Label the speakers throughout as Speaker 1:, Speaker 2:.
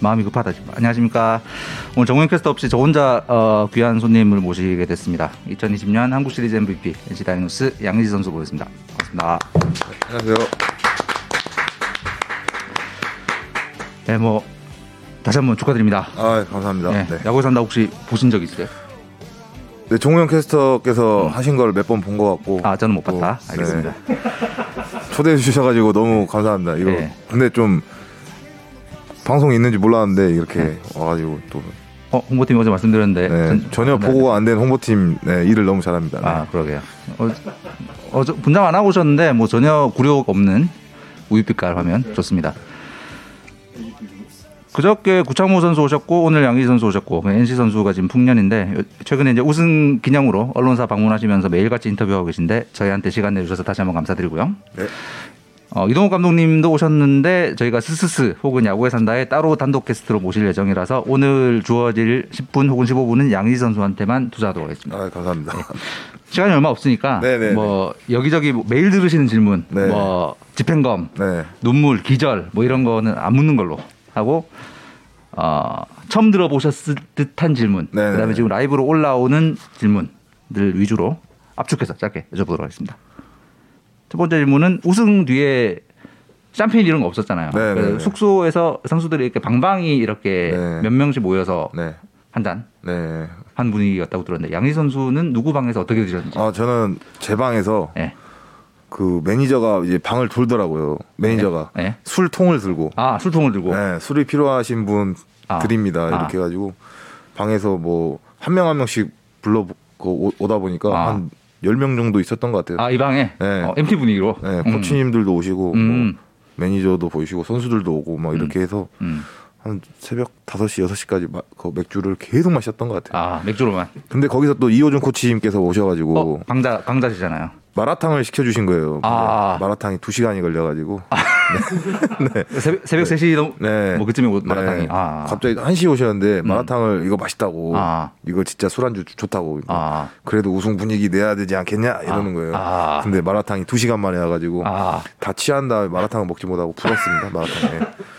Speaker 1: 마음이 급하다. 안녕하십니까. 오늘 정우영 캐스터 없이 저 혼자 어, 귀한 손님을 모시게 됐습니다. 2020년 한국 시리즈 MVP NC 다이노스 양의지 선수 모셨습니다. 반갑습니다.
Speaker 2: 안녕하세요.
Speaker 1: 네, 뭐 다시 한번 축하드립니다.
Speaker 2: 아 감사합니다.
Speaker 1: 네,
Speaker 2: 네. 네.
Speaker 1: 야구에 산다 혹시 보신 적 있으세요?
Speaker 2: 종우영 캐스터께서 하신 걸 몇 번 본 것 같고.
Speaker 1: 음. 아, 저는 못 봤다.
Speaker 2: 또,
Speaker 1: 알겠습니다.
Speaker 2: 네. 초대해 주셔가지고 너무 감사합니다. 이거
Speaker 1: 네.
Speaker 2: 근데 좀 방송 있는지 몰랐는데 이렇게 와가지고 또
Speaker 1: 어, 홍보팀이 어제 말씀드렸는데
Speaker 2: 네,
Speaker 1: 네. 전-
Speaker 2: 전혀
Speaker 1: 네.
Speaker 2: 보고가 안 된 홍보팀 네, 일을 너무 잘합니다. 네.
Speaker 1: 아 그러게요. 어, 어, 저 분장 안 하고 오셨는데 뭐 전혀 굴욕 없는 우유빛깔 화면 좋습니다. 그저께 구창모 선수 오셨고 오늘 양희 선수 오셨고 NC 선수가 지금 풍년인데 요- 최근에 이제 우승 기념으로 언론사 방문하시면서 매일같이 인터뷰하고 계신데 저희한테 시간 내주셔서 다시 한번 감사드리고요.
Speaker 2: 네.
Speaker 1: 어, 이동욱 감독님도 오셨는데 저희가 스스스 혹은 야구에 산다에 따로 단독 게스트로 모실 예정이라서 오늘 주어질 10분 혹은 15분은 양희 선수한테만 투자하도록 하겠습니다.
Speaker 2: 아, 감사합니다.
Speaker 1: 시간이 얼마 없으니까
Speaker 2: 네네네.
Speaker 1: 뭐 여기저기 뭐 매일 들으시는 질문
Speaker 2: 네.
Speaker 1: 뭐 집행검
Speaker 2: 네.
Speaker 1: 눈물 기절 뭐 이런 거는 안 묻는 걸로 하고 어, 처음 들어보셨을 듯한 질문
Speaker 2: 네네네.
Speaker 1: 그다음에 지금 라이브로 올라오는 질문들 위주로 압축해서 짧게 여쭤보도록 하겠습니다 첫 번째 질문은 우승 뒤에 샴페인 이런 거 없었잖아요
Speaker 2: 네네네.
Speaker 1: 그래서 숙소에서 선수들이 이렇게 방방이 이렇게
Speaker 2: 네.
Speaker 1: 몇 명씩 모여서
Speaker 2: 네.
Speaker 1: 한 잔 한
Speaker 2: 네.
Speaker 1: 분위기였다고 들었는데 양희 선수는 누구 방에서 어떻게 드셨는지
Speaker 2: 아, 저는 제 방에서
Speaker 1: 예.
Speaker 2: 그 매니저가 이제 방을 돌더라고요. 매니저가
Speaker 1: 네. 네.
Speaker 2: 술통을 들고
Speaker 1: 아 술통을 들고
Speaker 2: 네, 술이 필요하신 분
Speaker 1: 아. 아.
Speaker 2: 드립니다. 이렇게 해가지고 방에서 뭐 한 명 한 명씩 불러 오다 보니까
Speaker 1: 아.
Speaker 2: 한 10명 정도 있었던 것 같아요.
Speaker 1: 아 이 방에
Speaker 2: 네.
Speaker 1: 어, MT 분위기로
Speaker 2: 네,
Speaker 1: 음,
Speaker 2: 코치님들도 오시고
Speaker 1: 음.
Speaker 2: 뭐 매니저도 보시고 선수들도 오고 막 이렇게 해서
Speaker 1: 음.
Speaker 2: 한 새벽 5시, 6시까지 마, 그 맥주를 계속 마셨던 것 같아요.
Speaker 1: 아 맥주로만
Speaker 2: 근데 거기서 또 이호준 코치님께서 오셔가지고
Speaker 1: 어, 강자 강자시잖아요
Speaker 2: 마라탕을 시켜주신 거예요.
Speaker 1: 아.
Speaker 2: 근데 마라탕이 2시간이 걸려가지고
Speaker 1: 새벽, 새벽 3시 넘
Speaker 2: 네.
Speaker 1: 뭐 그쯤에 오- 마라탕이
Speaker 2: 네.
Speaker 1: 아. 음.
Speaker 2: 갑자기 1시 오셨는데 마라탕을 이거 맛있다고
Speaker 1: 아.
Speaker 2: 이거 진짜 술안주 좋다고
Speaker 1: 아.
Speaker 2: 그래도 우승 분위기 내야 되지 않겠냐 이러는 거예요
Speaker 1: 아.
Speaker 2: 근데 마라탕이 2시간 만에 와가지고
Speaker 1: 아.
Speaker 2: 다 취한 다음에 마라탕을 먹지 못하고 불었습니다 마라탕에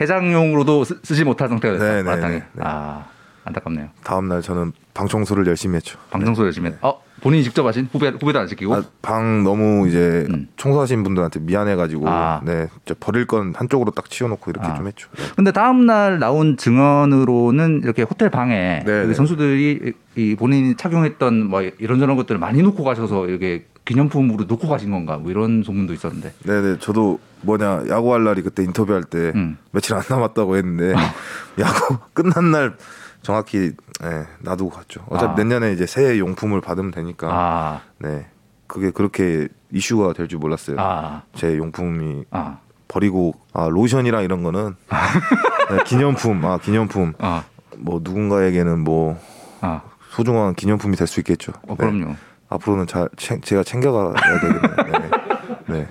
Speaker 1: 해장용으로도 쓰, 쓰지 못한 상태였다
Speaker 2: 네, 네,
Speaker 1: 마라탕이
Speaker 2: 네, 네.
Speaker 1: 아 안타깝네요
Speaker 2: 다음날 저는 방 청소를 열심히 했죠
Speaker 1: 방송소 열심히 어 본인이 직접 하신 후배 후배도 안 시키고
Speaker 2: 네. 아, 방 너무 이제 청소하신 분들한테 미안해가지고
Speaker 1: 음. 아.
Speaker 2: 네 진짜 버릴 건 한쪽으로 딱 치워놓고 이렇게 좀 했죠 네.
Speaker 1: 근데 다음 날 나온 증언으로는 이렇게 호텔 방에
Speaker 2: 네,
Speaker 1: 그
Speaker 2: 네.
Speaker 1: 선수들이 이- 이 본인이 착용했던 뭐 이런저런 것들을 많이 놓고 가셔서 이렇게 기념품으로 놓고 가신 건가 뭐 이런 소문도 있었는데
Speaker 2: 네네 저도 뭐냐 야구할 날이 그때 인터뷰할 때
Speaker 1: 음. 어.
Speaker 2: 며칠 안 남았다고 했는데 야구 끝난 날 정확히 네, 놔두고 갔죠 어차피
Speaker 1: 아.
Speaker 2: 내년에 이제 새해 용품을 받으면 되니까
Speaker 1: 아
Speaker 2: 네 그게 그렇게 이슈가 될 줄 몰랐어요
Speaker 1: 아,
Speaker 2: 제 용품이
Speaker 1: 아,
Speaker 2: 버리고 아 로션이랑 이런 거는 네, 기념품 아 기념품
Speaker 1: 아,
Speaker 2: 뭐 누군가에게는 뭐
Speaker 1: 아.
Speaker 2: 소중한 기념품이 될 수 있겠죠
Speaker 1: 어,
Speaker 2: 네.
Speaker 1: 그럼요.
Speaker 2: 앞으로는 잘 챙- 제가 챙겨가야 되겠네요 네. 네.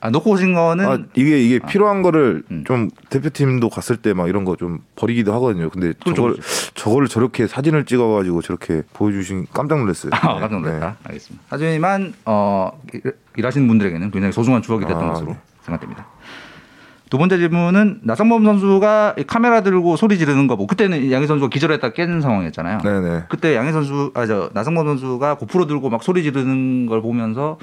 Speaker 1: 아, 놓고 오신 거는
Speaker 2: 아 이게 이게 필요한 거를
Speaker 1: 음.
Speaker 2: 좀 대표팀도 갔을 때 막 이런 거 좀 버리기도 하거든요. 근데
Speaker 1: 그건 그렇죠.
Speaker 2: 저걸 저걸 저렇게 사진을 찍어가지고 저렇게 보여주신 깜짝 놀랐어요.
Speaker 1: 아, 깜짝 놀랐다.
Speaker 2: 네.
Speaker 1: 알겠습니다. 하지만 어, 일- 일하시는 분들에게는 굉장히 소중한 추억이 됐던
Speaker 2: 아,
Speaker 1: 것으로 생각됩니다. 두 번째 질문은 나성범 선수가 이 카메라 들고 소리 지르는 거 보고 그때는 양희 선수가 기절했다 깬 상황이었잖아요.
Speaker 2: 네, 네.
Speaker 1: 그때 양희 선수 아 저 나성범 선수가 고프로 들고 막 소리 지르는 걸 보면서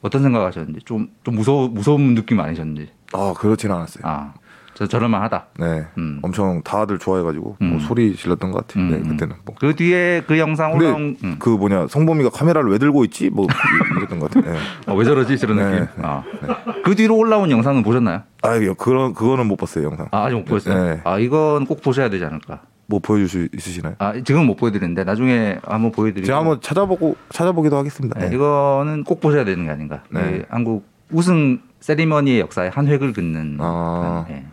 Speaker 1: 어떤 생각하셨는지 좀 좀 무서워 무서운 느낌 아니셨는지
Speaker 2: 아 그렇진 않았어요.
Speaker 1: 아저 저럴만하다
Speaker 2: 네,
Speaker 1: 음.
Speaker 2: 엄청 다들 좋아해가지고 뭐
Speaker 1: 음.
Speaker 2: 소리 질렀던 것 같아요. 네,
Speaker 1: 음, 음.
Speaker 2: 그때는 뭐.
Speaker 1: 그 뒤에 그 영상
Speaker 2: 근데
Speaker 1: 올라온 음.
Speaker 2: 그 뭐냐 성범이가 카메라를 왜 들고 있지? 뭐 이- 이랬던 것 같아요. 네.
Speaker 1: 어, 왜 저러지? 이런
Speaker 2: 네,
Speaker 1: 느낌.
Speaker 2: 네,
Speaker 1: 아. 그 뒤로 올라온 영상은 보셨나요?
Speaker 2: 아 이거 그런 그거는 못 봤어요 영상.
Speaker 1: 아, 아직 못 보셨어요.
Speaker 2: 네.
Speaker 1: 아 이건 꼭 보셔야 되지 않을까.
Speaker 2: 뭐 보여줄 수 있으시나요?
Speaker 1: 아 지금 못 보여드리는데 나중에 한번 보여드리고.
Speaker 2: 제가 한번 찾아보고 찾아보기도 하겠습니다.
Speaker 1: 네,
Speaker 2: 네.
Speaker 1: 이거는 꼭 보셔야 되는 게 아닌가.
Speaker 2: 네.
Speaker 1: 이 한국 우승 세리머니의 역사에 한 획을 긋는
Speaker 2: 아.
Speaker 1: 그런, 예,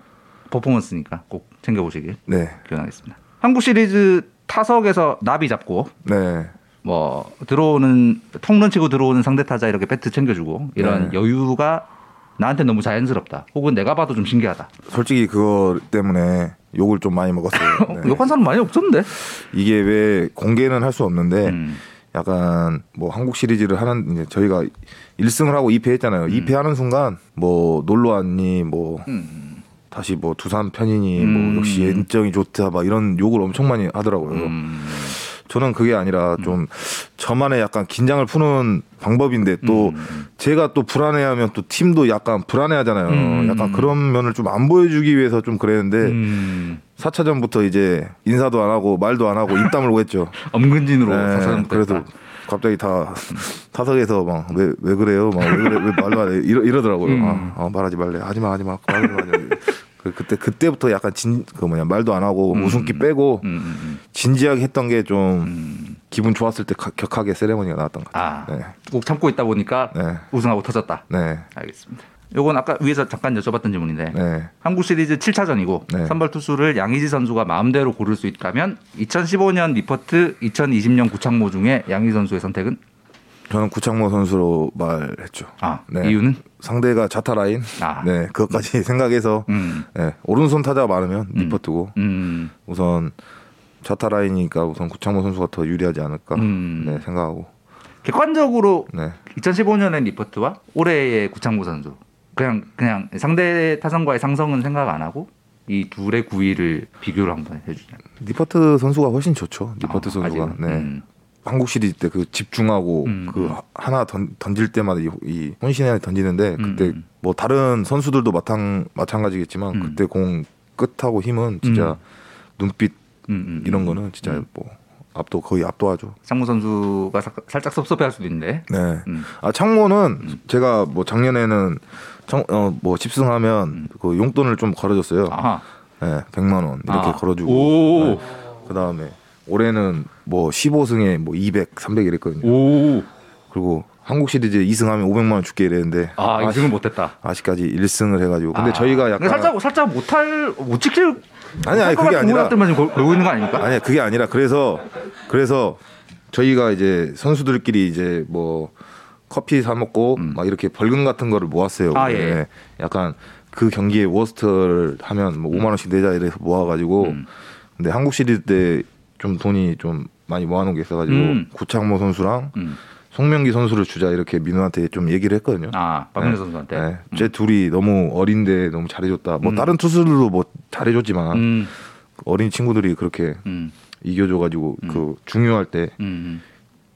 Speaker 1: 퍼포먼스니까 꼭 챙겨보시길
Speaker 2: 네,
Speaker 1: 기원하겠습니다. 한국 시리즈 타석에서 나비 잡고
Speaker 2: 네,
Speaker 1: 뭐 들어오는 통런 치고 들어오는 상대 타자 이렇게 배트 챙겨주고 이런
Speaker 2: 네.
Speaker 1: 여유가 나한테 너무 자연스럽다. 혹은 내가 봐도 좀 신기하다.
Speaker 2: 솔직히 그거 때문에 욕을 좀 많이 먹었어요. 네.
Speaker 1: 욕한 사람 많이 없었는데.
Speaker 2: 이게 왜 공개는 할 수 없는데
Speaker 1: 음.
Speaker 2: 약간 뭐 한국 시리즈를 하는 이제 저희가
Speaker 1: 음.
Speaker 2: 1승을 하고 2패 했잖아요. 2패 하는 순간 뭐 놀러 왔니 뭐 다시 뭐 두산 팬이니
Speaker 1: 음.
Speaker 2: 뭐 역시 인정이 좋다 막 이런 욕을 엄청 많이 하더라고요.
Speaker 1: 음.
Speaker 2: 저는 그게 아니라 좀 저만의 약간 긴장을 푸는 방법인데 또
Speaker 1: 음,
Speaker 2: 제가 또 불안해하면 또 팀도 약간 불안해하잖아요.
Speaker 1: 음.
Speaker 2: 약간 그런 면을 좀 안 보여주기 위해서 좀 그랬는데
Speaker 1: 음.
Speaker 2: 사 4차전부터 이제 인사도 안 하고 말도 안 하고 입 다물고 했죠.
Speaker 1: 엄근진으로
Speaker 2: 네,
Speaker 1: 사선
Speaker 2: 그래서
Speaker 1: 됐다. 갑자기
Speaker 2: 갑자기 다 타석에서 막 왜 왜 그래요? 막 왜 그래? 왜 말로 안 해? 이러, 이러더라고요.
Speaker 1: 음.
Speaker 2: 아, 아, 말하지 말래. 하지 마, 하지 마. 말하지 마. 하지 마. 그, 그때 그때부터 약간 진 그 뭐냐 말도 안 하고 웃음기 빼고
Speaker 1: 음, 음,
Speaker 2: 진지하게 했던 게 좀
Speaker 1: 음.
Speaker 2: 기분 좋았을 때 가- 격하게 세레머니가 나왔던 것
Speaker 1: 아,
Speaker 2: 같아요.
Speaker 1: 꼭 참고 있다 보니까
Speaker 2: 네.
Speaker 1: 우승하고 터졌다.
Speaker 2: 네,
Speaker 1: 알겠습니다. 요건 아까 위에서 잠깐 여쭤봤던 질문인데
Speaker 2: 네,
Speaker 1: 한국 시리즈 7차전이고
Speaker 2: 네.
Speaker 1: 선발 투수를 양의지 선수가 마음대로 고를 수 있다면 2015년 리퍼트, 2020년 구창모 중에 양의지 선수의 선택은
Speaker 2: 저는 구창모 선수로 말했죠.
Speaker 1: 아
Speaker 2: 네.
Speaker 1: 이유는
Speaker 2: 상대가 자타 라인,
Speaker 1: 아.
Speaker 2: 네, 그것까지 생각해서
Speaker 1: 음,
Speaker 2: 네, 오른손 타자가 많으면 리포트고
Speaker 1: 음,
Speaker 2: 우선 좌타 라인이니까 우선 구창모 선수가 더 유리하지 않을까
Speaker 1: 음.
Speaker 2: 네, 생각하고
Speaker 1: 객관적으로
Speaker 2: 네.
Speaker 1: 2015년의 리퍼트와 올해의 구창모 선수 그냥 그냥 상대 타선과의 상성은 생각 안 하고 이 둘의 구위를 비교를 한번 해주자.
Speaker 2: 니퍼트 선수가 훨씬 좋죠. 니퍼트 선수가
Speaker 1: 아직은.
Speaker 2: 네.
Speaker 1: 음.
Speaker 2: 한국 시리즈 때 그 집중하고
Speaker 1: 음.
Speaker 2: 그 하- 하나 던, 던질 때마다 이, 이 혼신에 던지는데 그때
Speaker 1: 음.
Speaker 2: 뭐 다른 선수들도 마탕 마찬가지겠지만
Speaker 1: 음.
Speaker 2: 그때 공 끝하고 힘은 진짜
Speaker 1: 음.
Speaker 2: 눈빛
Speaker 1: 음, 음.
Speaker 2: 이런 거는 진짜
Speaker 1: 음.
Speaker 2: 뭐 압도 거의 압도하죠.
Speaker 1: 창모 선수가 사- 살짝 섭섭해할 수도 있는데.
Speaker 2: 네.
Speaker 1: 음.
Speaker 2: 아 창모는 제가 뭐 작년에는 청어뭐 10승하면 그 용돈을 좀 걸어줬어요.
Speaker 1: 음. 아하.
Speaker 2: 네, 100만 원 이렇게
Speaker 1: 아.
Speaker 2: 걸어주고
Speaker 1: 오.
Speaker 2: 그 다음에 올해는 뭐 15승에 뭐 200, 300 이랬거든요.
Speaker 1: 오.
Speaker 2: 그리고 한국 시리즈 2승하면 500만 원 줄게 이랬는데
Speaker 1: 아,
Speaker 2: 아쉽-
Speaker 1: 이승을 못했다. 아.
Speaker 2: 아직까지 1승을 해가지고 근데 저희가 약간
Speaker 1: 살짝 살짝 못할 못 지킬
Speaker 2: 아니, 아니, 그게 아니라-
Speaker 1: 때만 지금 걸- 걸고 있는 거 아닙니까?
Speaker 2: 아니 그게 아니라 그래서 그래서 저희가 이제 선수들끼리 이제 뭐 커피 사 먹고 막 이렇게 벌금 같은 거를 모았어요.
Speaker 1: 음. 아,
Speaker 2: 근데
Speaker 1: 예.
Speaker 2: 약간 그 경기에 워스트를 하면
Speaker 1: 음.
Speaker 2: 뭐 5만 원씩 내자 이래서 모아가지고 근데 한국 시리즈 때 좀 돈이 좀 많이 모아놓은 게 있어가지고
Speaker 1: 음.
Speaker 2: 구창모 선수랑
Speaker 1: 음.
Speaker 2: 송명기 선수를 주자 이렇게 민우한테 좀 얘기를 했거든요.
Speaker 1: 아, 음. 박민호 선수한테.
Speaker 2: 네. 제 둘이 너무 어린데 너무 잘해줬다. 뭐 다른 투수들도 뭐 잘해줬지만
Speaker 1: 음.
Speaker 2: 어린 친구들이 그렇게
Speaker 1: 음.
Speaker 2: 이겨줘가지고 그 중요할 때
Speaker 1: 음. 음.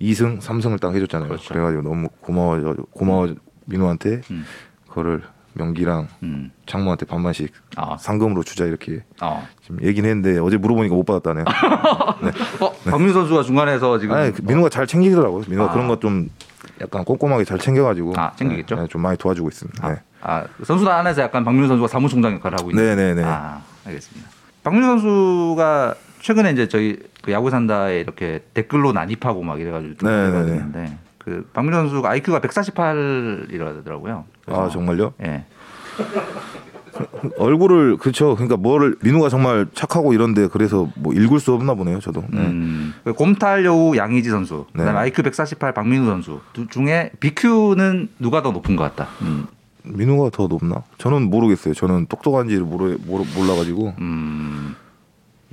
Speaker 2: 2승, 3승을 딱 해줬잖아요. 그래가지고 너무 고마워, 고마워 민호한테
Speaker 1: 그렇죠. 음.
Speaker 2: 그거를 명기랑
Speaker 1: 음.
Speaker 2: 장모한테 반반씩
Speaker 1: 아.
Speaker 2: 상금으로 주자 이렇게
Speaker 1: 어.
Speaker 2: 지금 얘기는 했는데 어제 물어보니까 못 받았다네요.
Speaker 1: 아, 어, 박민호 선수가 중간에서 지금
Speaker 2: 아니 그 민호가 잘 챙기더라고요. 민호가
Speaker 1: 아.
Speaker 2: 그런 거 좀 약간 꼼꼼하게 잘 챙겨가지고
Speaker 1: 아, 챙기겠죠?
Speaker 2: 네, 네, 좀 많이 도와주고 있습니다. 네.
Speaker 1: 아, 선수단 안에서 약간 박민호 선수가 사무총장 역할을 하고 있는.
Speaker 2: 네네네.
Speaker 1: 아, 알겠습니다. 박민호 선수가 최근에 이제 저희 그 야구 산다에 이렇게 댓글로 난입하고 막 이래가지고 좀
Speaker 2: 네네네.
Speaker 1: 있는데 그 박민호 선수가 IQ가 148이라더라고요.
Speaker 2: 아 정말요?
Speaker 1: 예.
Speaker 2: 얼굴을 그렇죠. 그러니까 뭐를 민호가 정말 착하고 이런데 그래서 뭐 읽을 수 없나 보네요. 저도. 네.
Speaker 1: 음, 그 곰탈 여우 양의지 선수,
Speaker 2: 네.
Speaker 1: 그다음 IQ 148 박민호 선수 두 중에 BQ는 누가 더 높은 것 같다. 음,
Speaker 2: 민호가 더 높나? 저는 모르겠어요. 저는 똑똑한지 모르, 모르 몰라가지고
Speaker 1: 음,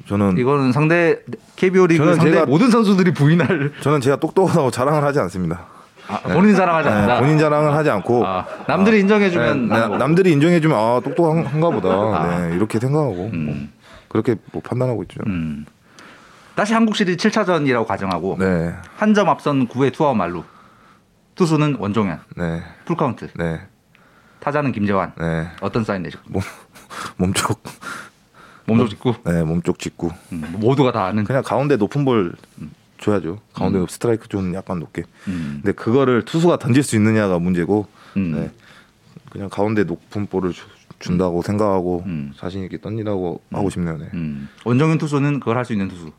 Speaker 2: 저는
Speaker 1: 이거는 상대 KBO 리그
Speaker 2: 저는
Speaker 1: 상대
Speaker 2: 제가-
Speaker 1: 모든 선수들이 부인할
Speaker 2: 저는 제가 똑똑하다고 자랑을 하지 않습니다.
Speaker 1: 아, 본인 사랑하지 않는다.
Speaker 2: 네, 본인 자랑을 하지 않고
Speaker 1: 아, 남들이 인정해주면 나는
Speaker 2: 네, 나-
Speaker 1: 뭐- 아.
Speaker 2: 남들이 인정해주면 아 똑똑한가 보다. 네, 이렇게 생각하고
Speaker 1: 음.
Speaker 2: 그렇게 뭐 판단하고 있죠.
Speaker 1: 음. 다시 한국 시리즈 7차전이라고 가정하고
Speaker 2: 네,
Speaker 1: 한 점 앞선 9회 투아웃 말루 투수는 원종현
Speaker 2: 네,
Speaker 1: 풀카운트
Speaker 2: 네,
Speaker 1: 타자는 김재환
Speaker 2: 네.
Speaker 1: 어떤 사인 내죠?
Speaker 2: 몸 몸쪽,
Speaker 1: 몸조 짓고
Speaker 2: 네, 몸쪽 짓고
Speaker 1: 음, 모두가 다 아는
Speaker 2: 그냥 가운데 높은 볼 줘야죠. 가운데 스트라이크 존 약간 높게.
Speaker 1: 음.
Speaker 2: 근데 그거를 투수가 던질 수 있느냐가 문제고
Speaker 1: 음.
Speaker 2: 네. 그냥 가운데 높은 볼을 주- 준다고 생각하고
Speaker 1: 음.
Speaker 2: 자신 있게 던지라고 하고 싶네요. 네.
Speaker 1: 음. 원종현 투수는 그걸 할 수 있는 투수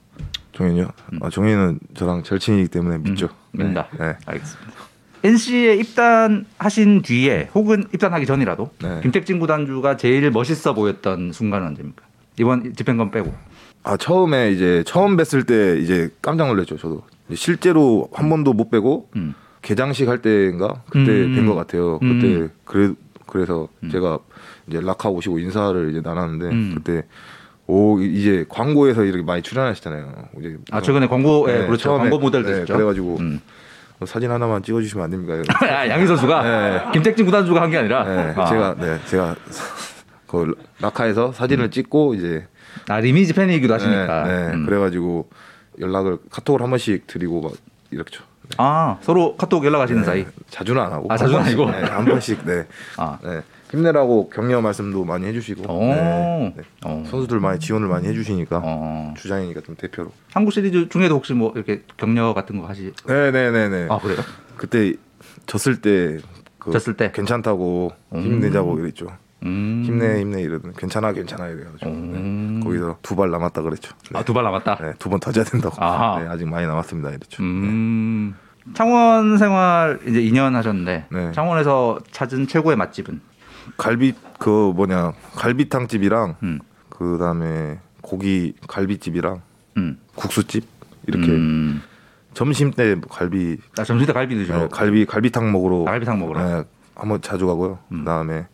Speaker 2: 종현이요?
Speaker 1: 음.
Speaker 2: 아, 종현은 저랑 절친이기 때문에 믿죠. 네.
Speaker 1: 민다
Speaker 2: 네.
Speaker 1: 알겠습니다 NC에 입단하신 뒤에 혹은 입단하기 전이라도
Speaker 2: 네.
Speaker 1: 김택진 구단주가 제일 멋있어 보였던 순간은 언제입니까? 이번 집행권 빼고
Speaker 2: 아 처음에 이제 처음 뵀을 때 이제 깜짝 놀랐죠. 저도 실제로 한 번도 못 빼고
Speaker 1: 음.
Speaker 2: 개장식 할 때인가 그때
Speaker 1: 음.
Speaker 2: 뵌 것 같아요. 그때
Speaker 1: 음.
Speaker 2: 그래 그래서 제가 이제 라카 오시고 인사를 이제 나눴는데
Speaker 1: 음.
Speaker 2: 그때 오 이제 광고에서 이렇게 많이 출연하시잖아요. 이제
Speaker 1: 아 최근에 광고에
Speaker 2: 네,
Speaker 1: 그렇죠
Speaker 2: 처음에,
Speaker 1: 광고 모델
Speaker 2: 네,
Speaker 1: 되셨죠
Speaker 2: 그래가지고
Speaker 1: 음.
Speaker 2: 어, 사진 하나만 찍어주시면 안 됩니까?
Speaker 1: 아, 양희 선수가
Speaker 2: 네.
Speaker 1: 김택진 구단주가 한 게 아니라
Speaker 2: 네,
Speaker 1: 아,
Speaker 2: 제가 네 제가 그 라카에서 사진을 찍고 이제
Speaker 1: 아 리미지 팬이기도 음. 하시니까.
Speaker 2: 네, 네.
Speaker 1: 음.
Speaker 2: 그래가지고 연락을 카톡을 한 번씩 드리고 막 이렇게
Speaker 1: 아 서로 카톡
Speaker 2: 네.
Speaker 1: 연락하시는 사이.
Speaker 2: 자주는 안 하고
Speaker 1: 아, 자주는
Speaker 2: 한 번씩,
Speaker 1: 아니고?
Speaker 2: 네, 한 번씩 네.
Speaker 1: 아.
Speaker 2: 네. 힘내라고 격려 말씀도 많이 해주시고
Speaker 1: 오.
Speaker 2: 네. 네.
Speaker 1: 어.
Speaker 2: 선수들 많이 지원을 많이 해주시니까
Speaker 1: 어.
Speaker 2: 주장이니까 좀 대표로
Speaker 1: 한국 시리즈 중에도 혹시 뭐 이렇게 격려 같은 거 하시?
Speaker 2: 네네네네
Speaker 1: 아 그래요?
Speaker 2: 그때 졌을 때 그,
Speaker 1: 졌을 때?
Speaker 2: 괜찮다고 힘내자고 이랬죠
Speaker 1: 음.
Speaker 2: 힘내 힘내 이러더니 괜찮아 괜찮아 이래가지고
Speaker 1: 음.
Speaker 2: 네. 거기서 두 발 남았다 그랬죠 네.
Speaker 1: 아두 발 남았다.
Speaker 2: 두 번 더 져야 된다고
Speaker 1: 아하.
Speaker 2: 네, 아직 많이 남았습니다 이랬죠
Speaker 1: 음. 창원 생활 이제 2년 하셨는데
Speaker 2: 네.
Speaker 1: 창원에서 찾은 최고의 맛집은
Speaker 2: 갈비 그 뭐냐 갈비탕 집이랑
Speaker 1: 음.
Speaker 2: 그 다음에 고기 갈비집이랑
Speaker 1: 음.
Speaker 2: 국수집 이렇게
Speaker 1: 음.
Speaker 2: 점심 때 갈비
Speaker 1: 아, 점심 때 갈비 드시러
Speaker 2: 네, 갈비 갈비탕 먹으러
Speaker 1: 아, 갈비탕 먹으러.
Speaker 2: 네, 한번 자주 가고요. 그다음에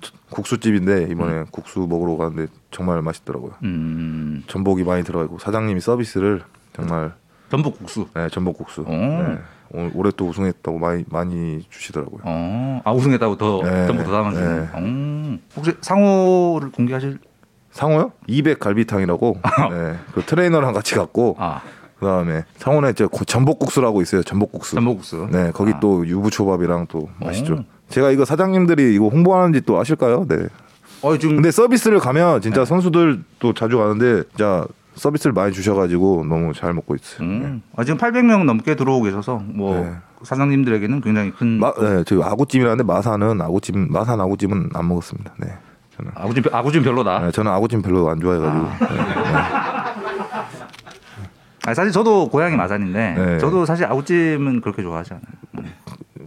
Speaker 2: 저- 국수집인데 이번에 국수 먹으러 가는데 정말 맛있더라고요.
Speaker 1: 음.
Speaker 2: 전복이 많이 들어가 있고 사장님이 서비스를 정말
Speaker 1: 전복 국수.
Speaker 2: 네, 전복국수
Speaker 1: 오.
Speaker 2: 네, 올- 올해 또 우승했다고 많이 많이 주시더라고요.
Speaker 1: 어. 아 우승했다고 더
Speaker 2: 네.
Speaker 1: 전복 더 담아주는.
Speaker 2: 네.
Speaker 1: 어. 혹시 상호를 공개하실?
Speaker 2: 상호요? 200 갈비탕이라고 네, 그 트레이너랑 같이 갔고
Speaker 1: 아
Speaker 2: 그다음에 상호는 이제 고- 전복국수라고 있어요. 전복국수.
Speaker 1: 전복 국수.
Speaker 2: 네, 거기
Speaker 1: 아. 어.
Speaker 2: 또 유부초밥이랑 또
Speaker 1: 오.
Speaker 2: 맛있죠. 제가 이거 사장님들이 이거 홍보하는지 또 아실까요? 네.
Speaker 1: 어 지금
Speaker 2: 근데 서비스를 가면
Speaker 1: 네.
Speaker 2: 진짜 선수들 또 자주 가는데 진짜 서비스를 많이 주셔가지고 너무 잘 먹고 있어요.
Speaker 1: 음. 아, 지금 800명 넘게 들어오고 계셔서 뭐
Speaker 2: 네.
Speaker 1: 사장님들에게는 굉장히 큰
Speaker 2: 마, 네, 저 아구찜이라는데 마사는 아구찜, 마산 아구찜은 안 먹었습니다. 네, 저는
Speaker 1: 아구찜 아구찜 별로다.
Speaker 2: 네, 저는 아구찜 별로 안 좋아해가지고
Speaker 1: 아, 사실 저도 고향이 마산인데
Speaker 2: 네.
Speaker 1: 저도 사실 아구찜은 그렇게 좋아하지 않아요.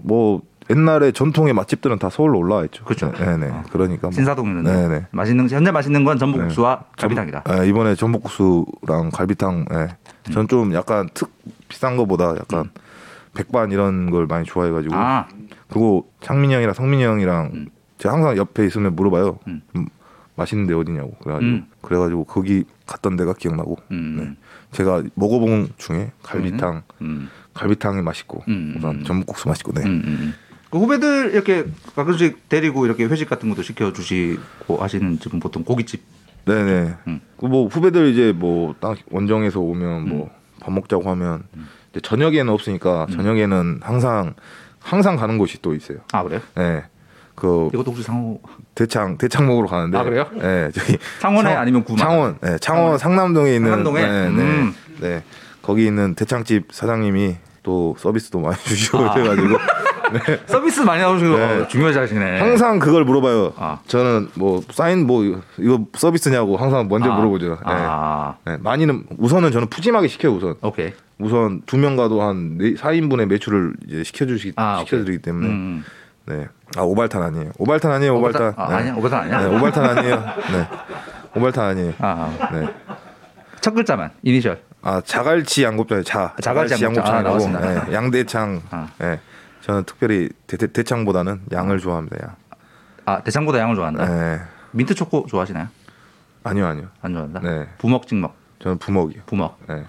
Speaker 2: 뭐 옛날에 전통의 맛집들은 다 서울로 올라와 있죠.
Speaker 1: 그렇죠.
Speaker 2: 네, 네.
Speaker 1: 아.
Speaker 2: 그러니까 뭐.
Speaker 1: 신사동이는
Speaker 2: 네네.
Speaker 1: 맛있는 현재 맛있는 건 전복국수와 갈비탕이다. 음.
Speaker 2: 네, 이번에 전복국수랑 갈비탕. 네. 전 좀 약간 특 비싼 거보다 약간 백반 이런 걸 많이 좋아해가지고.
Speaker 1: 아,
Speaker 2: 그리고 창민이 형이랑 성민이 형이랑 제가 항상 옆에 있으면 물어봐요.
Speaker 1: 음.
Speaker 2: 음, 맛있는 데 어디냐고. 그래가지고
Speaker 1: 음.
Speaker 2: 그래가지고 거기 갔던 데가 기억나고.
Speaker 1: 음.
Speaker 2: 네. 제가 먹어본 중에 갈비탕,
Speaker 1: 음,
Speaker 2: 갈비탕이 맛있고
Speaker 1: 음.
Speaker 2: 우선 전복국수 맛있고 네.
Speaker 1: 음, 음, 음. 그 후배들 이렇게 가끔씩 데리고 이렇게 회식 같은 것도 시켜 주시고 하시는 집은 보통 고깃집.
Speaker 2: 네네.
Speaker 1: 음.
Speaker 2: 그 뭐 후배들 이제 뭐딱 원정에서 오면 뭐
Speaker 1: 음.
Speaker 2: 밥 먹자고 하면 이제 저녁에는 없으니까 저녁에는 항상 항상 가는 곳이 또 있어요.
Speaker 1: 아 그래요?
Speaker 2: 네. 그
Speaker 1: 이것도 혹시 상호
Speaker 2: 대창 대창 먹으러 가는데.
Speaker 1: 아, 그래요?
Speaker 2: 네, 저기
Speaker 1: 창원에
Speaker 2: 창-
Speaker 1: 아니면 구마?
Speaker 2: 창원, 네, 창원 상남동에 있는
Speaker 1: 상남동에?
Speaker 2: 네, 네,
Speaker 1: 음.
Speaker 2: 네. 거기 있는 대창집 사장님이 또 서비스도 많이 주시고
Speaker 1: 아.
Speaker 2: 그래가지고
Speaker 1: 서비스 많이 나오시고
Speaker 2: 네.
Speaker 1: 어, 중요하지 하시네.
Speaker 2: 항상 그걸 물어봐요.
Speaker 1: 아.
Speaker 2: 저는 뭐 사인 뭐 이거 서비스냐고 항상 먼저
Speaker 1: 아,
Speaker 2: 물어보죠. 네.
Speaker 1: 아,
Speaker 2: 네, 많이는 우선은 저는 푸짐하게 시켜요 우선.
Speaker 1: 오케이.
Speaker 2: 우선 두 명 가도 한 네, 4인분의 매출을 이제 시켜주시
Speaker 1: 아,
Speaker 2: 시켜드리기 때문에
Speaker 1: 음.
Speaker 2: 네. 아 오발탄 아니에요. 오발탄 아니에요. 오발탄.
Speaker 1: 오발탄- 아,
Speaker 2: 네.
Speaker 1: 아니야, 오발탄 아니야?
Speaker 2: 네, 오발탄 아니에요. 네. 오발탄 아니에요.
Speaker 1: 아,
Speaker 2: 네.
Speaker 1: 첫 글자만 이니셜.
Speaker 2: 아 자갈치 양곱장 자
Speaker 1: 아, 자갈치 양곱장이라고 나왔습니다.
Speaker 2: 네, 양대창.
Speaker 1: 아.
Speaker 2: 네. 저는 특별히 대, 창보다는 양을 좋아합니다.
Speaker 1: 아 대창보다 양을 좋아한다.
Speaker 2: 양. 네.
Speaker 1: 민트 초코 좋아하시나요?
Speaker 2: 아니요 아니요.
Speaker 1: 안 좋아한다.
Speaker 2: 네.
Speaker 1: 부먹 찍먹
Speaker 2: 저는 부먹이요.
Speaker 1: 부먹.
Speaker 2: 네.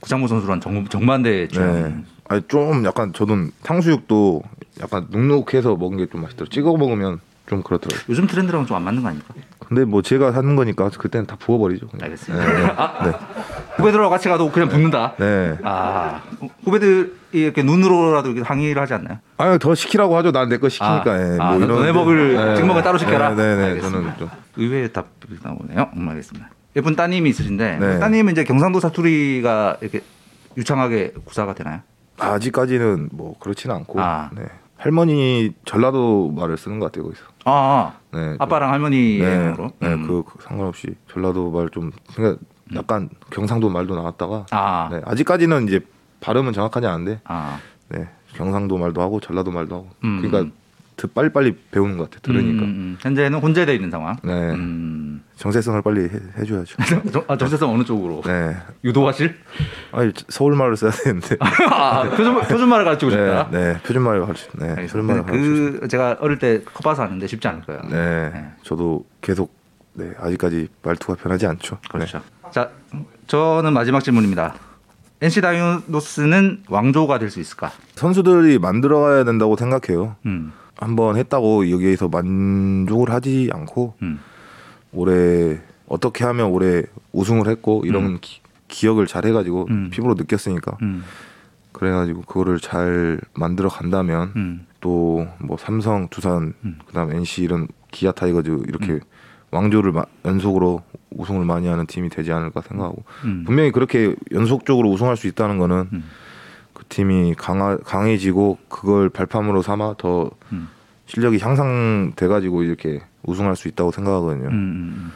Speaker 1: 구창모 선수랑 정, 정반대
Speaker 2: 네.
Speaker 1: 주연.
Speaker 2: 아니 좀 약간 저는 탕수육도 약간 눅눅해서 먹은 게 좀 맛있더라고. 찍어 먹으면 좀 그렇더라고. 요
Speaker 1: 요즘 트렌드랑 좀 안 맞는 거 아닙니까?
Speaker 2: 근데 뭐 제가 사는 거니까 그때는 다 부어버리죠. 그냥.
Speaker 1: 알겠습니다. 아, 후배들하고 같이 가도 그냥 붙는다.
Speaker 2: 네.
Speaker 1: 아 후배들이 이렇게 눈으로라도 이렇게 항의를 하지 않나요?
Speaker 2: 아유 더 시키라고 하죠. 난 내 거 시키니까.
Speaker 1: 아,
Speaker 2: 예,
Speaker 1: 아,
Speaker 2: 뭐
Speaker 1: 너-
Speaker 2: 이런
Speaker 1: 너네
Speaker 2: 데-
Speaker 1: 먹을
Speaker 2: 예,
Speaker 1: 찍먹은
Speaker 2: 예.
Speaker 1: 따로 시켜라?
Speaker 2: 네, 네, 네.
Speaker 1: 알겠습니다.
Speaker 2: 저는 좀
Speaker 1: 의외의 답이 나오네요. 음, 알겠습니다. 예쁜 따님이 있으신데
Speaker 2: 네.
Speaker 1: 따님은 이제 경상도 사투리가 이렇게 유창하게 구사가 되나요?
Speaker 2: 아직까지는 뭐 그렇지는 않고.
Speaker 1: 아.
Speaker 2: 네. 할머니 전라도 말을 쓰는 것 같아요 거기서.
Speaker 1: 아, 아.
Speaker 2: 네. 좀-
Speaker 1: 아빠랑 할머니
Speaker 2: 네,
Speaker 1: 영어로.
Speaker 2: 네,
Speaker 1: 음.
Speaker 2: 그, 그 상관없이 전라도 말 좀 그러니까 약간 경상도 말도 나왔다가
Speaker 1: 아,
Speaker 2: 네, 아직까지는 이제 발음은 정확하지 않은데
Speaker 1: 아,
Speaker 2: 네, 경상도 말도 하고 전라도 말도 하고.
Speaker 1: 음.
Speaker 2: 그러니까 드- 빨리빨리 배우는 것 같아. 들으니까.
Speaker 1: 음, 음. 현재는 혼재되어 있는 상황.
Speaker 2: 네.
Speaker 1: 음.
Speaker 2: 정체성을 빨리 해, 줘야죠
Speaker 1: 정- 아, 정체성 어느 쪽으로?
Speaker 2: 네.
Speaker 1: 유도하실?
Speaker 2: 아니 서울 말을 써야 되는데.
Speaker 1: 아, 표준 표준말을 가르치고
Speaker 2: 네,
Speaker 1: 싶다.
Speaker 2: 네. 표준말을 가르치. 네.
Speaker 1: 알겠습니다.
Speaker 2: 표준말을 가르치.
Speaker 1: 근데 그 제가 어릴 때 커봐서 아는데 쉽지 않을 거예요.
Speaker 2: 네.
Speaker 1: 네.
Speaker 2: 저도 계속 네, 아직까지 말투가 변하지 않죠. 네.
Speaker 1: 그렇죠. 자, 저는 마지막 질문입니다. NC 다이노스는 왕조가 될 수 있을까?
Speaker 2: 네. 선수들이 만들어가야 된다고 생각해요.
Speaker 1: 음,
Speaker 2: 한번 했다고 여기에서 만족을 하지 않고
Speaker 1: 음,
Speaker 2: 올해 어떻게 하면 올해 우승을 했고 이런 기, 기억을 잘 해가지고
Speaker 1: 음.
Speaker 2: 피부로 느꼈으니까
Speaker 1: 음.
Speaker 2: 그래가지고 그거를 잘 만들어 간다면
Speaker 1: 음.
Speaker 2: 또 뭐 삼성, 두산, 그다음 NC 이런 기아 타이거즈
Speaker 1: 음.
Speaker 2: 이렇게 왕조를 마- 연속으로 우승을 많이 하는 팀이 되지 않을까 생각하고
Speaker 1: 음.
Speaker 2: 분명히 그렇게 연속적으로 우승할 수 있다는 거는
Speaker 1: 음.
Speaker 2: 그 팀이 강하, 강해지고 그걸 발판으로 삼아 더
Speaker 1: 음.
Speaker 2: 실력이 향상돼 가지고 이렇게 우승할 수 있다고 생각하거든요.
Speaker 1: 음, 음, 음.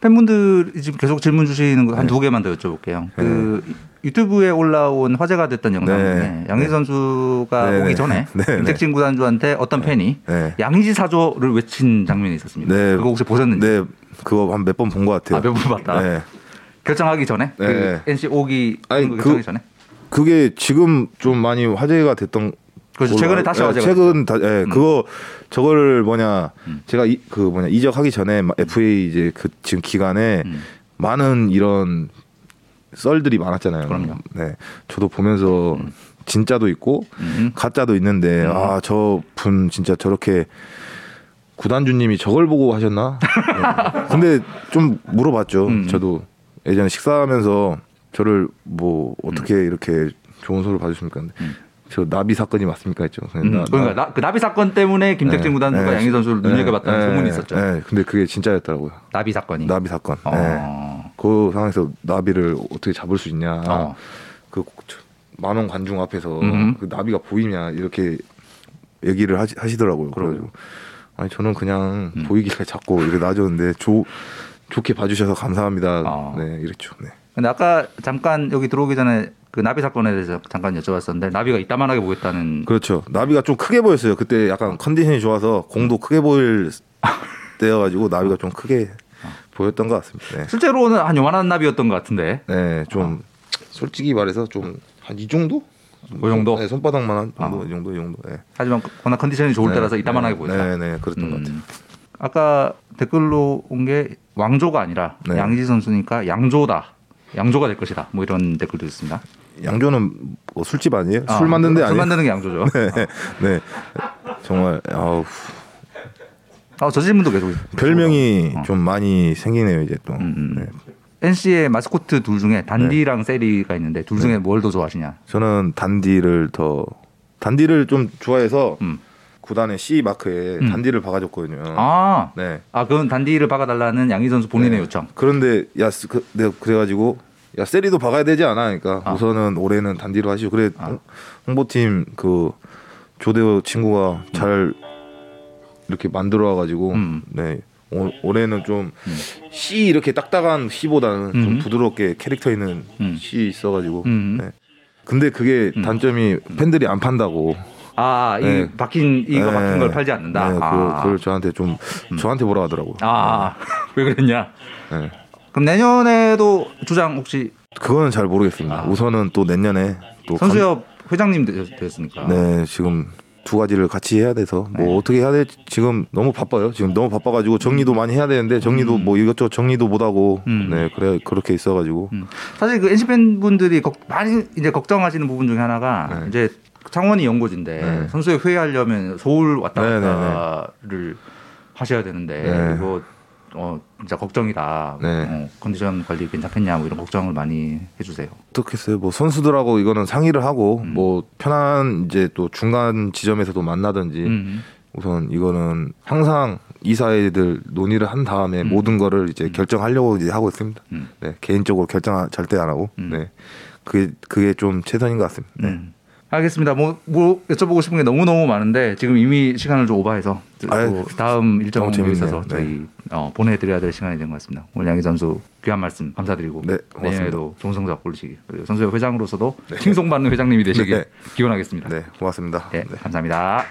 Speaker 1: 팬분들이 지금 계속 질문 주시는
Speaker 2: 네.
Speaker 1: 거 한 두 개만 더 여쭤볼게요. 그 유튜브에 올라온 화제가 됐던 영상인데
Speaker 2: 네.
Speaker 1: 양희
Speaker 2: 네.
Speaker 1: 선수가
Speaker 2: 네,
Speaker 1: 오기
Speaker 2: 네.
Speaker 1: 전에
Speaker 2: 네, 네.
Speaker 1: 김택진 구단주한테 어떤 팬이
Speaker 2: 네.
Speaker 1: 양의지 사조를 외친 장면이 있었습니다.
Speaker 2: 네.
Speaker 1: 그거 혹시 보셨는지?
Speaker 2: 네, 그거 한 몇 번 본 것 같아요.
Speaker 1: 아, 몇번 봤다.
Speaker 2: 네.
Speaker 1: 결정하기 전에
Speaker 2: 네.
Speaker 1: 그 NC 오기
Speaker 2: 아니,
Speaker 1: 한국
Speaker 2: 그-
Speaker 1: 결정하기 전에
Speaker 2: 그게 지금 좀 많이 화제가 됐던
Speaker 1: 그렇죠.
Speaker 2: 걸로
Speaker 1: 최근에
Speaker 2: 알-
Speaker 1: 다시
Speaker 2: 예,
Speaker 1: 화제가 음.
Speaker 2: 최근 다 예, 그거 저걸 뭐냐 제가 이, 그 뭐냐 이적하기 전에 마- FA 이제 그 지금 기간에
Speaker 1: 음.
Speaker 2: 많은 이런 썰들이 많았잖아요.
Speaker 1: 그럼요.
Speaker 2: 네. 저도 보면서 진짜도 있고
Speaker 1: 음.
Speaker 2: 가짜도 있는데 아 저 분 진짜 저렇게 구단주님이 저걸 보고 하셨나? 네. 근데 좀 물어봤죠.
Speaker 1: 음.
Speaker 2: 저도 예전에 식사하면서 저를 뭐 어떻게
Speaker 1: 음.
Speaker 2: 이렇게 좋은 소를 봐주십니까? 근데 저 나비 사건이 맞습니까 했죠. 그냥
Speaker 1: 음,
Speaker 2: 나-
Speaker 1: 그러니까 나, 그 나비 사건 때문에 김택진
Speaker 2: 네,
Speaker 1: 구단주가
Speaker 2: 네,
Speaker 1: 양희 선수를
Speaker 2: 네,
Speaker 1: 눈여겨봤다는
Speaker 2: 네,
Speaker 1: 소문이 있었죠.
Speaker 2: 네, 근데 그게 진짜였더라고요.
Speaker 1: 나비 사건이.
Speaker 2: 나비 사건.
Speaker 1: 어.
Speaker 2: 네. 그 상황에서 나비를 어떻게 잡을 수 있냐.
Speaker 1: 어.
Speaker 2: 그 만원 관중 앞에서
Speaker 1: 음흠.
Speaker 2: 그 나비가 보이냐 이렇게 얘기를 하시, 하시더라고요. 그래가지고 아니 저는 그냥
Speaker 1: 음.
Speaker 2: 보이길래 잡고 이렇게 놔줬는데 좋 좋게 봐주셔서 감사합니다.
Speaker 1: 어.
Speaker 2: 네 이랬죠. 네.
Speaker 1: 근데 아까 잠깐 여기 들어오기 전에 그 나비 사건에 대해서 잠깐 여쭤봤었는데 나비가 이따만하게 보였다는
Speaker 2: 그렇죠. 나비가 좀 크게 보였어요. 그때 약간 컨디션이 좋아서 공도 크게 보일 때여가지고 나비가 좀 크게
Speaker 1: 아.
Speaker 2: 보였던 것 같습니다. 네.
Speaker 1: 실제로는 한 요만한 나비였던 것 같은데
Speaker 2: 네, 좀 솔직히 말해서 좀 한 이 정도?
Speaker 1: 그 정도?
Speaker 2: 네, 손바닥만한 정도, 이 정도, 이 정도. 네.
Speaker 1: 하지만 워낙 컨디션이 좋을 때라서 이따만하게 보였다.
Speaker 2: 네, 네, 그랬던 것 같아요.
Speaker 1: 음. 아까 댓글로 온 게 왕조가 아니라
Speaker 2: 네.
Speaker 1: 양지 선수니까 양조다. 양조가 될 것이다. 뭐 이런 댓글도 있습니다.
Speaker 2: 양조는 뭐 술집 아니에요?
Speaker 1: 아,
Speaker 2: 술 만드는 데
Speaker 1: 술
Speaker 2: 아니에요?
Speaker 1: 만드는 게 양조죠.
Speaker 2: 네, 네, 정말 아우,
Speaker 1: 아, 저 질문도 계속 있어요.
Speaker 2: 별명이 좀 많이 생기네요 이제 또.
Speaker 1: 음.
Speaker 2: 네.
Speaker 1: NC의 마스코트 둘 중에 단디랑 세리가 있는데
Speaker 2: 네.
Speaker 1: 둘 중에 뭘 더 좋아하시냐?
Speaker 2: 저는 단디를 더 단디를 좀 좋아해서
Speaker 1: 음.
Speaker 2: 구단의 C 마크에
Speaker 1: 음.
Speaker 2: 단디를 박아줬거든요.
Speaker 1: 아,
Speaker 2: 네.
Speaker 1: 아 그건 단디를 박아달라는 양희 선수 본인의
Speaker 2: 네.
Speaker 1: 요청.
Speaker 2: 그런데 야 쓰- 그, 내가 그래가지고 야 세리도 박아야 되지 않아? 그러니까
Speaker 1: 아.
Speaker 2: 우선은 올해는 단디로 하시죠. 그래 홍- 홍보팀 그 조대호 친구가 잘 이렇게 만들어 와가지고
Speaker 1: 음.
Speaker 2: 네 오, 올해는 좀 C 이렇게 딱딱한 C보다는
Speaker 1: 음.
Speaker 2: 좀 부드럽게 캐릭터 있는
Speaker 1: 음.
Speaker 2: C 있어가지고
Speaker 1: 음.
Speaker 2: 네. 근데 그게 단점이 팬들이 안 판다고
Speaker 1: 아, 이
Speaker 2: 네.
Speaker 1: 박힌 이거
Speaker 2: 네.
Speaker 1: 박힌 걸 팔지 않는다.
Speaker 2: 네,
Speaker 1: 아, 음.
Speaker 2: 그, 걸 저한테 좀 저한테 뭐라 하더라고.
Speaker 1: 아, 왜 그랬냐?
Speaker 2: 네.
Speaker 1: 그럼 내년에도 주장 혹시
Speaker 2: 그거는 잘 모르겠습니다. 우선은 또 내년에 또 감-
Speaker 1: 선수협 회장님 되- 되셨으니까.
Speaker 2: 뭐 네 지금 두 가지를 같이 해야 돼서 뭐
Speaker 1: 네.
Speaker 2: 어떻게 해야 될지 지금 너무 바빠요. 지금 너무 바빠가지고 정리도 많이 해야 되는데 정리도 뭐 이것저것 정리도 못하고
Speaker 1: 음.
Speaker 2: 네 그래 그렇게 있어가지고
Speaker 1: 음. 사실 그 NC 팬분들이 걱- 많이 이제 걱정하시는 부분 중에 하나가
Speaker 2: 네.
Speaker 1: 이제 창원이 연고지인데
Speaker 2: 네.
Speaker 1: 선수에 회의하려면 서울 왔다
Speaker 2: 네, 네,
Speaker 1: 갔다를 하셔야 되는데
Speaker 2: 네.
Speaker 1: 이거 어 진짜 걱정이다.
Speaker 2: 네.
Speaker 1: 어, 컨디션 관리 괜찮겠냐 뭐 이런 걱정을 많이 해주세요.
Speaker 2: 어떻겠어요? 뭐 선수들하고 이거는 상의를 하고
Speaker 1: 음.
Speaker 2: 뭐 편한 이제 또 중간 지점에서도 만나든지
Speaker 1: 음.
Speaker 2: 우선 이거는 항상 이사회들 논의를 한 다음에 모든 거를 이제 결정하려고 이제 하고 있습니다.
Speaker 1: 음.
Speaker 2: 네 개인적으로 결정 은 절대 안 하고
Speaker 1: 음.
Speaker 2: 네 그게 그게 좀 최선인 것 같습니다. 네.
Speaker 1: 음. 알겠습니다. 뭐, 뭐 여쭤보고 싶은 게 너무 너무 많은데 지금 이미 시간을 좀 오버해서 또
Speaker 2: 아유,
Speaker 1: 다음 일정
Speaker 2: 너무
Speaker 1: 공부
Speaker 2: 재밌네요.
Speaker 1: 있어서
Speaker 2: 네.
Speaker 1: 저희 어, 보내드려야 될 시간이 된 것 같습니다. 오늘 양희 선수 귀한 말씀 감사드리고
Speaker 2: 네, 고맙습니다.
Speaker 1: 내년에도 좋은 성적 올리시기 그리고 선수의 회장으로서도 칭송받는 회장님이 되시길
Speaker 2: 네.
Speaker 1: 기원하겠습니다.
Speaker 2: 네, 고맙습니다.
Speaker 1: 네,
Speaker 2: 네.
Speaker 1: 감사합니다.